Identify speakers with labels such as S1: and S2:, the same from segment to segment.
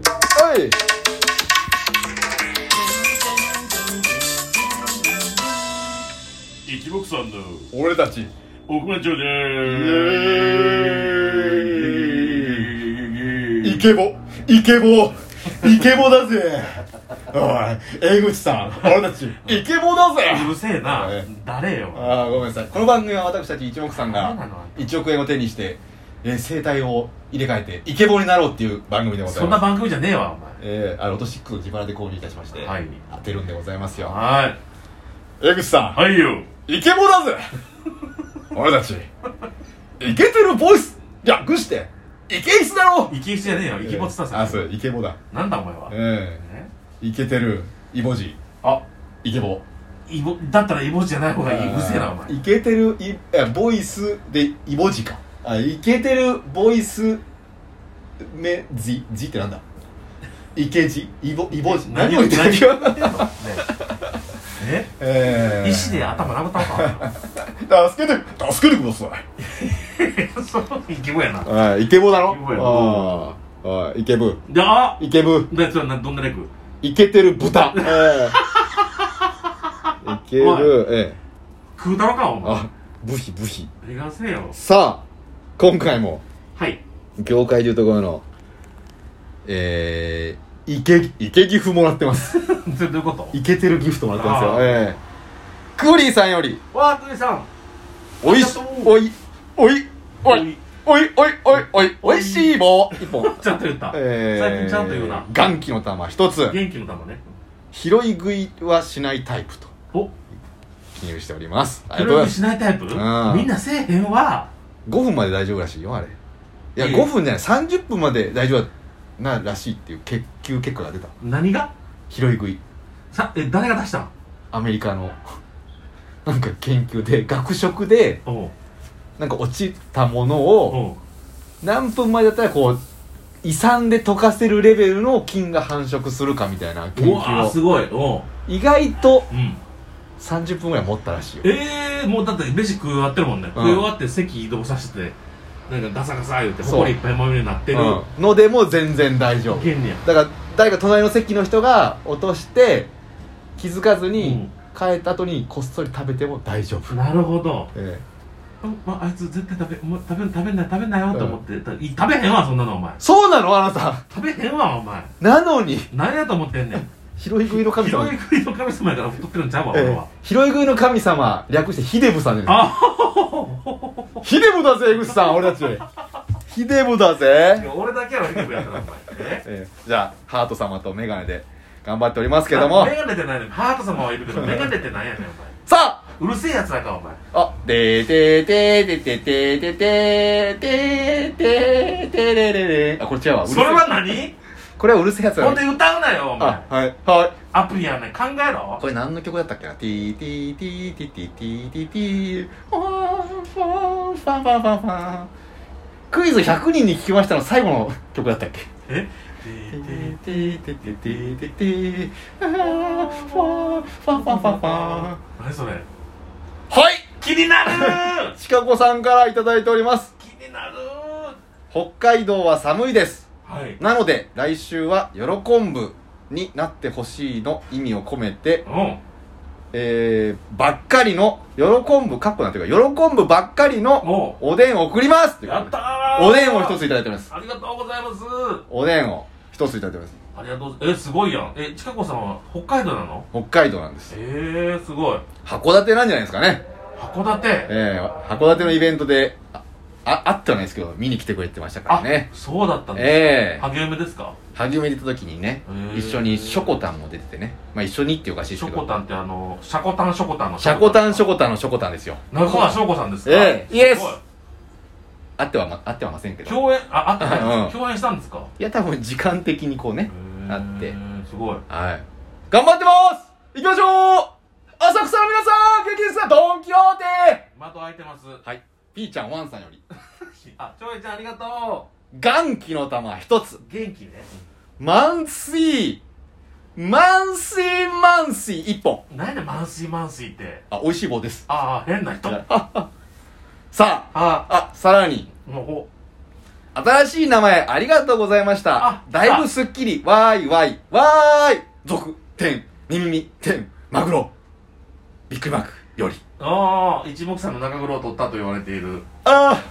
S1: い
S2: 一目散の
S1: 俺たち
S2: 億万長者
S1: イケボイケボイケボだぜおい江口さん俺たちイケボだぜ
S2: うるせえな
S1: え
S2: 誰よ
S1: ああごめんなさいこの番組は私たち一目さん
S2: そうな
S1: が
S2: の
S1: 1億円を手にして、えー、生態を入れ替えてイケボになろうっていう番組でござい
S2: そんな
S1: ます
S2: 番組じゃねえわお前
S1: えー、あロト6を自腹で購入いたしまして、
S2: はい
S1: 当てるんでございますよ
S2: は
S1: 江口さ
S2: いはいよ
S1: んイケボ だぜ俺たちイケてるボイス略してイケイスだろ
S2: 生き石じゃねえよ生きぼつさん
S1: あそうイケボだ
S2: なんだお前は
S1: え
S2: え
S1: えイケてるイボジ
S2: あ
S1: イケボ
S2: イボだったらイボじゃない方がいいうるせえなお前
S1: イケてるイえボイスでイボジかあイケてるボイスめジジってなんだイケジイボイボジ何を言ってるん
S2: 何
S1: だ
S2: を言ってんのねえ
S1: え
S2: え石で頭殴ったの か
S1: 助けて助けてください
S2: そう生きぼやな
S1: あイケボだろ
S2: イケボやな
S1: ああああイケブ
S2: であ
S1: イケブ
S2: だやつはなどんなレク
S1: イケてる豚ええイケ
S2: おい
S1: ブええ
S2: 食うたろかお前
S1: あブヒブヒ
S2: えがせえよ
S1: さあ今回も
S2: はい
S1: 業界でいうところのえー、イケイケギフもらってます
S2: それどういうこと
S1: イケてるギフトもらってます
S2: あ
S1: よ
S2: ー
S1: ええクーリーさんより
S2: わあクリさん
S1: おいし
S2: ありがとう
S1: おいおいおいおいおいおいおいおいしい棒一 本
S2: ちゃんと言った、
S1: えー
S2: 最近ちゃんと言うな
S1: 元気の玉一つ
S2: 元気の玉ね
S1: 拾い食いはしないタイプと
S2: お
S1: 記入しておりますありが
S2: そ
S1: とうござい
S2: れを
S1: ます
S2: しないタイプみん
S1: ん
S2: なせえへんわ
S1: 5分まで大丈夫らしいよあれいや
S2: いい
S1: 5分じゃない30分まで大丈夫ならしいっていう研究結果が出た
S2: 何が
S1: 拾い食い
S2: さえ誰が出したん
S1: アメリカの なんか研究で学食で
S2: おう
S1: なんか落ちたものを
S2: おう
S1: 何分前だったらこう胃酸で溶かせるレベルの菌が繁殖するかみたいな研
S2: うわーす
S1: 究を
S2: ごいおう
S1: 意外と
S2: うん
S1: 30分ぐらい持ったらしいよ
S2: ええー、もうだって飯食い終わってるもんね、食い終わって席移動させてなんかガサガサ言って
S1: そう
S2: ほこりいっぱいまみれになってる、
S1: うんのでも全然大丈
S2: い
S1: 夫
S2: けんねや
S1: だから誰か隣の席の人が落として気づかずに帰った後にこっそり食べても大丈夫、
S2: なるほど、
S1: ええ
S2: うんああいつ絶対食べもう食べ食べんな食べんなよと思って、たい食べへんわそんなのお前
S1: そうなのあなた
S2: 食べへんわお前
S1: なのに
S2: 何やと思ってんねん
S1: 拾い食いの神様
S2: 広い国の神様やから太ってるんちゃうわ
S1: え
S2: 俺
S1: え
S2: は、
S1: 拾い食いの神様略してヒデブさんです
S2: あ
S1: ヒデブだぜ江口さん俺たちヒデブだぜ、
S2: あ俺だけやろヒデブやからお前え
S1: ええじゃあハート様とメガネで頑張っておりますけども
S2: メガネってないのハート様はいるけどメガネってなんや ねん
S1: さあ
S2: お前うるせえやつだかお前
S1: あでーでーでーでーでーでーでーでーでーでーでーでーでーあこれ違うわうる
S2: そ
S1: せえ
S2: れは何
S1: これはうるせえやつだ
S2: ほんで歌うなよお前
S1: あはいはい
S2: アプリやねん考えろ
S1: これ何の曲だったっけなティーティーティーティーティーティーティーティーファンファンファンファンファンファンクイズ100人に聞きましたの最後の曲だったっけ
S2: え
S1: ティーティーティーティーティーティーティーファンファンファンファンファンファンは
S2: 何それ
S1: い
S2: 気になる
S1: シカゴさんからいただいております
S2: 気になる
S1: 北海道は寒いです
S2: はい
S1: なので来週は喜んぶになってほしいの意味を込めて
S2: うん
S1: えー、ばっかりの喜ぶかっこなんていうか喜ぶばっかりの
S2: も
S1: おでんを送りますと
S2: う
S1: いうこ
S2: や
S1: と
S2: っ
S1: で
S2: たー
S1: おでんを一ついただいております
S2: ありがとうございます
S1: おでんを一ついただいております
S2: ありがとうえすごいやんえちかこさんは北海道なの
S1: 北海道なんです
S2: えー、すごい
S1: 函館なんじゃないですかね
S2: 函館
S1: えー、函館のイベントであああってはないですけど見に来てくれてましたから
S2: あ
S1: ね
S2: そうだったんです
S1: ええー、
S2: ハゲ梅ですか
S1: 萩生め出た時にね
S2: へー
S1: 一緒にショコタンも出ててねまあ一緒にっていうおかしいで
S2: シ
S1: すけ
S2: ョコ
S1: ど
S2: タンってあのシャコタンショコタンの
S1: シャコタンショ
S2: コ
S1: コタンのショコタンですよ
S2: 中川翔子さんですか
S1: ええイエス
S2: すごい
S1: あってはまあってはませんけど
S2: 共演ああったね、
S1: うん
S2: 共演したんですか
S1: いや多分時間的にこうねあって
S2: へーすごい
S1: はい。頑張ってます行きましょう浅草の皆さん元気ですかドンキホーテ
S2: 窓開いてます
S1: はい。ピーちゃんワンさんより。
S2: あちょいちゃんありがと
S1: 元気の玉一つ。
S2: う元気ね
S1: マンスイーマンスイーマンスイー一本。
S2: 何やねん満水満水って
S1: あ、美味しい棒です。
S2: ああ変な人
S1: さあ、あ、
S2: あ
S1: さらに、
S2: もう
S1: 新しい名前ありがとうございまし
S2: あ
S1: た。だいぶすっきり、わーいわーい、わーい、続、天、耳耳、天、マグロ、びっくりマーク、より。
S2: ああ一目散の中黒を取ったと言われている
S1: あ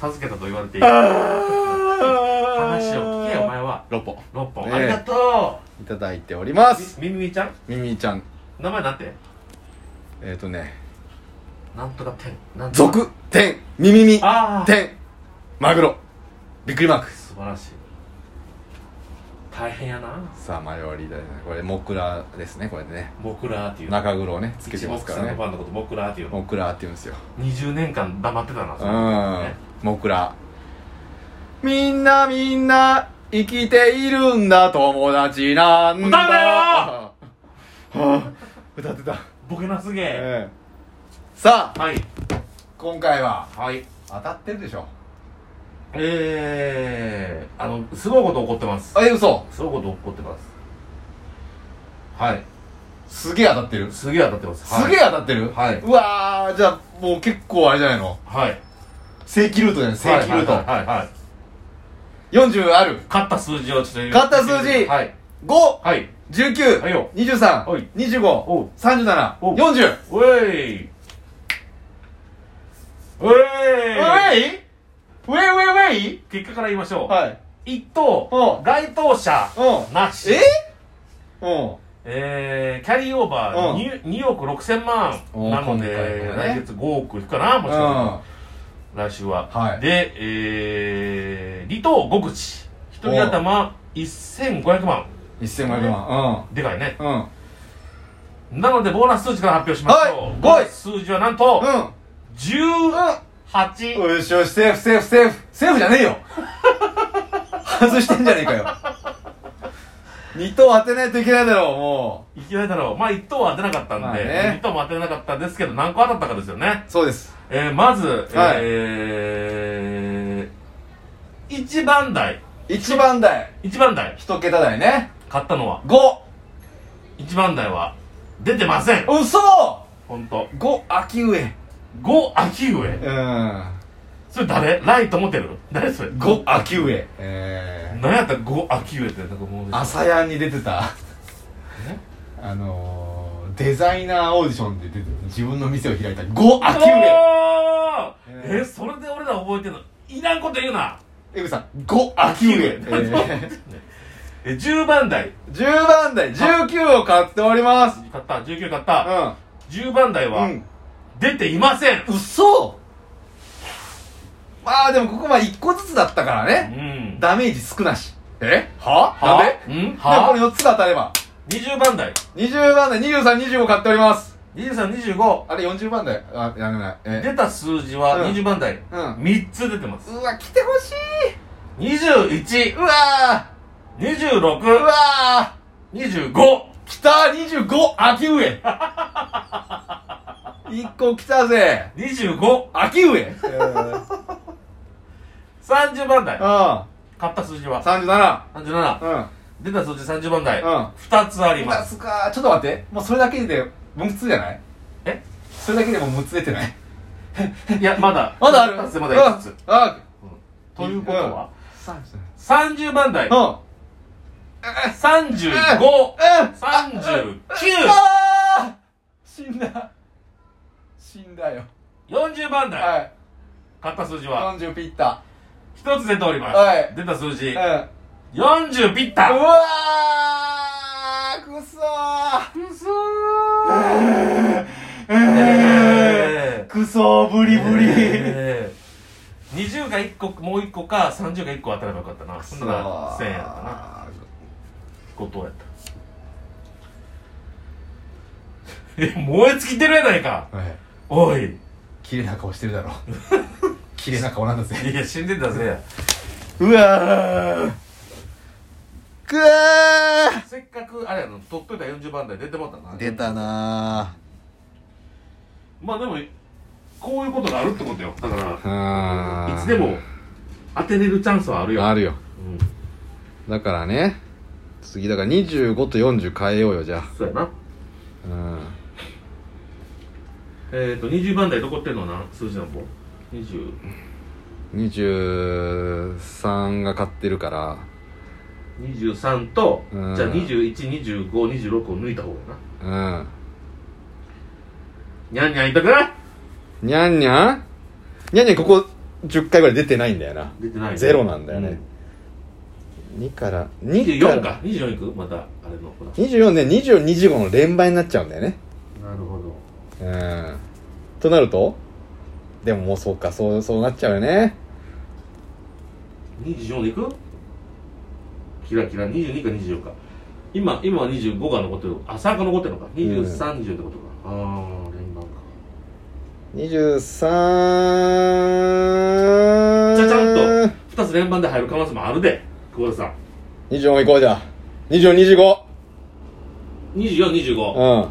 S2: 授けたと言われて
S1: ー
S2: いる
S1: あ
S2: 話を聞けお前は
S1: 6本
S2: 6本、
S1: ねえ
S2: ありがと
S1: いただいております。
S2: うみみみちゃん
S1: みみちゃん、
S2: 名前なんて
S1: えっ、ー、とね、
S2: なんとか天なんとか
S1: 続、天、耳耳、
S2: ああ
S1: 天、マグロ、びっくりマーク。
S2: 素晴らしい大変やな
S1: さあ、マヨリーだね。これ、モクラですね、これでね。
S2: モクラーっていう
S1: 中黒をね、つけて
S2: 一
S1: ま
S2: 目
S1: すから
S2: 散の
S1: ね
S2: フ。ァンのことモクラーっていうの
S1: モクラって言うんですよ。
S2: 20年間黙ってたなそれね
S1: うん。もくら。みんなみんな生きているんだ友達なんだ。
S2: 歌うなよ
S1: はあ、歌ってた。
S2: ボケなすげえ
S1: ええさあ、
S2: はい
S1: 今回は
S2: はい
S1: 当たってるでしょ。
S2: えー、あのすごいこと起こってます
S1: あ、え、嘘。
S2: すごいこと起こってますはい
S1: すげえ当たってる。
S2: すげえ当たってます
S1: すげえ当たってる、
S2: はいう
S1: わー、じゃあもう結構あれじゃないの。
S2: はいはい
S1: 正規ルートじゃない、正規ルート。
S2: はいはいはいはい
S1: 40ある。
S2: 勝った数字をちょっと言う
S1: 勝った数字
S2: はい
S1: 5、
S2: はいはいよ
S1: 19、23
S2: はい、おう
S1: 25、37、
S2: おう
S1: 40。
S2: おいう
S1: ウ
S2: えい
S1: ェイウェイウェイウェイ
S2: 結果から言いましょう、
S1: はい。
S2: 一等
S1: うん
S2: 該当者
S1: うん
S2: なし
S1: えうん。
S2: えー、キャリーオーバ
S1: うん
S2: ー 2,、2億6千万
S1: おー
S2: なので、
S1: 今回
S2: 来
S1: ね
S2: 月5億いくかなもし
S1: うん
S2: か。したら来週は、
S1: はい
S2: で、えー、離島5口一人頭1500万
S1: 1500万。
S2: でかいね
S1: うん。うん。
S2: なのでボーナス数字から発表しましょう、
S1: はい
S2: ボーナス数字はなんと、
S1: うん。
S2: 18
S1: よしよし、セーフ、セーフ、セーフ。セーフじゃねえよ。 外してんじゃねえかよ。二等当てないといけないだろう、も
S2: いきなりだろうまあ1等は当てなかったんで、
S1: まあね
S2: 1等も当てなかったんですけど何個当たったかですよね
S1: う。そうです。
S2: えー、まず、
S1: はい
S2: えー、1番台
S1: 一番台。
S2: 1番台
S1: 一桁台ね。
S2: 買ったのは
S1: 五。
S2: 1番台は出てません
S1: 嘘
S2: ほんと
S1: 五、秋上。
S2: 5秋上
S1: うん。
S2: それ誰ライトモテル誰それ
S1: 五、秋上。え
S2: 何やったら5秋上ってなんかもう
S1: ー。朝やんに出てた。
S2: え
S1: あのー、デザイナーオーディションで出て自分の店を開いた5秋上
S2: お
S1: え
S2: ー
S1: ー
S2: えそれで俺ら覚えてんのいらんこと言うな
S1: 江口さん5秋上、え ー、
S2: え10番台
S1: 10番台19を買っております
S2: 買った19買っ
S1: う
S2: た
S1: ん
S2: 10番台
S1: う
S2: は
S1: ん
S2: 出ていません
S1: 嘘まあでもここまで1個ずつだったから
S2: う
S1: ね
S2: ん
S1: ダメージ少なしえはなんで
S2: うん
S1: でもこれ
S2: は
S1: 4つが当たれば
S2: 20番台
S1: 20番台2325買っております
S2: 2325
S1: あれ40番台あやめないえ
S2: 出た数字は
S1: うん
S2: 20番台
S1: うん
S2: 3つ出てます
S1: うわ来てほしい
S2: 2126
S1: うわーうわー
S2: 25
S1: 北25秋上 一個来たぜ
S2: 25
S1: 秋上、
S2: 30番台
S1: うん
S2: 買った数字は
S1: 37
S2: 37
S1: うん
S2: 出た数字30番台
S1: うん
S2: 2つありま
S1: 今
S2: す
S1: すかちょっと待ってもうそれだけで6つじゃない
S2: え
S1: それだけでも6つ出てない
S2: いや まだ
S1: まだある
S2: 二つでまだ5
S1: うん
S2: つ
S1: あ
S2: ということは
S1: 37
S2: 30番台
S1: うんうん
S2: 3539
S1: あー死んだ死んだよ
S2: 40番
S1: は
S2: 台
S1: い
S2: 買った数字は
S1: 40ピッタ
S2: 1つ出ておりま
S1: はい
S2: す出た数字
S1: うんうわ
S2: 40ピッタ
S1: ーくそー
S2: くそ
S1: えークソブリブリ、
S2: 20が1個もう1個か30が1個当たればよかったなそんなら1000円やったな後藤やった え燃え尽きてるやないか
S1: はい
S2: おい
S1: 綺麗な顔してるだろ綺麗な顔なんだぜ
S2: いや死んでたぜ
S1: うわーくわ
S2: せっかくあれやの取っといた40番台出てもらったな
S1: ー出たな
S2: まあでもこういうことがあるってことよだから
S1: ー
S2: いつでも当てれるチャンスはあるよ
S1: あるよ
S2: うん
S1: だからね次だから25と40変えようよじゃあ
S2: そうやな
S1: うん
S2: えっ、ー、と20番台残ってんのはな数字なんぼ20
S1: 23が買ってるから
S2: 23と、
S1: うん
S2: じゃあ212526を抜いた方がな
S1: うん
S2: にゃんにゃんいたくない
S1: にゃんにゃんにゃんにゃんここ10回ぐらい出てないんだよな
S2: 出てない
S1: ゼロなんだよね、2から
S2: うん
S1: 2
S2: 24か24いくまたあれのほら
S1: 24年24時号の連番になっちゃうんだよね
S2: なるほど
S1: うんとなるとでももうそうかそうそうなっちゃうよね
S2: 24でいくキラキラ22か24か今今は25が残ってるあ3が残ってるのか2030ってことか、ああー連番か
S1: 23
S2: ちゃちゃんと2つ連番で入る可能性もあるで久保田さん
S1: 24行こうじゃあ2425
S2: 2425、
S1: うん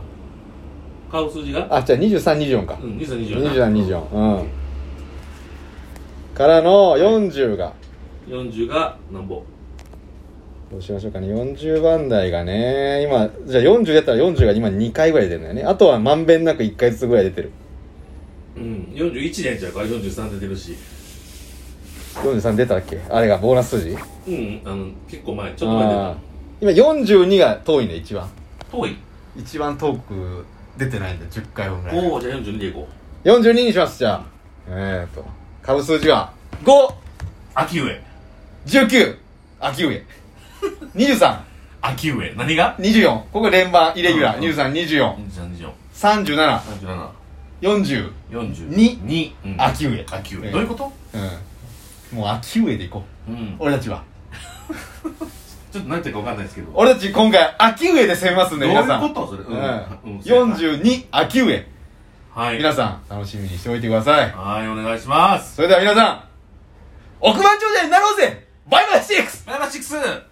S2: 買う数字が
S1: あじゃあ2324か
S2: うん2324な
S1: 2324うんからの40が
S2: 40がなんぼ
S1: どうしましょうかね40番台がね今じゃあ40やったら40が今2回ぐらい出るんだよねあとはまんべんなく1回ずつぐらい出てる
S2: うん41年ちゃうから43出てるし
S1: 43出たっけあれがボーナス数字
S2: うんあの結構前ちょっと前出
S1: あー今42が遠いね一番
S2: た遠い
S3: 一番遠く出てないんだ10回分ぐらい
S2: おおじゃあ42でいこう
S1: 42にしますじゃあえー、と株数字は5
S2: 秋上
S1: 19秋上2324
S2: 秋上何が
S1: ここ連番イレギュラー
S2: うん
S1: 2324
S2: 2324
S1: 37
S2: 37
S1: 40
S2: 42
S3: に
S2: に、うん、
S3: 秋上
S2: 秋
S3: え
S2: 上
S3: え
S2: どういうこと
S3: うんもう秋上で行こう
S2: うん
S3: 俺たちは
S2: ちょっと何ていうか分かんないですけど
S3: 俺たち今回秋上で攻めますんで
S2: どう
S3: 皆さ
S2: いうんことそれうん、
S3: うん
S2: うん
S3: 42秋上
S2: はい
S3: 皆さん楽しみにしておいてください
S2: はいお願いします
S3: それでは皆さん億万長者になろうぜバイバイ 6!
S2: バイバイ6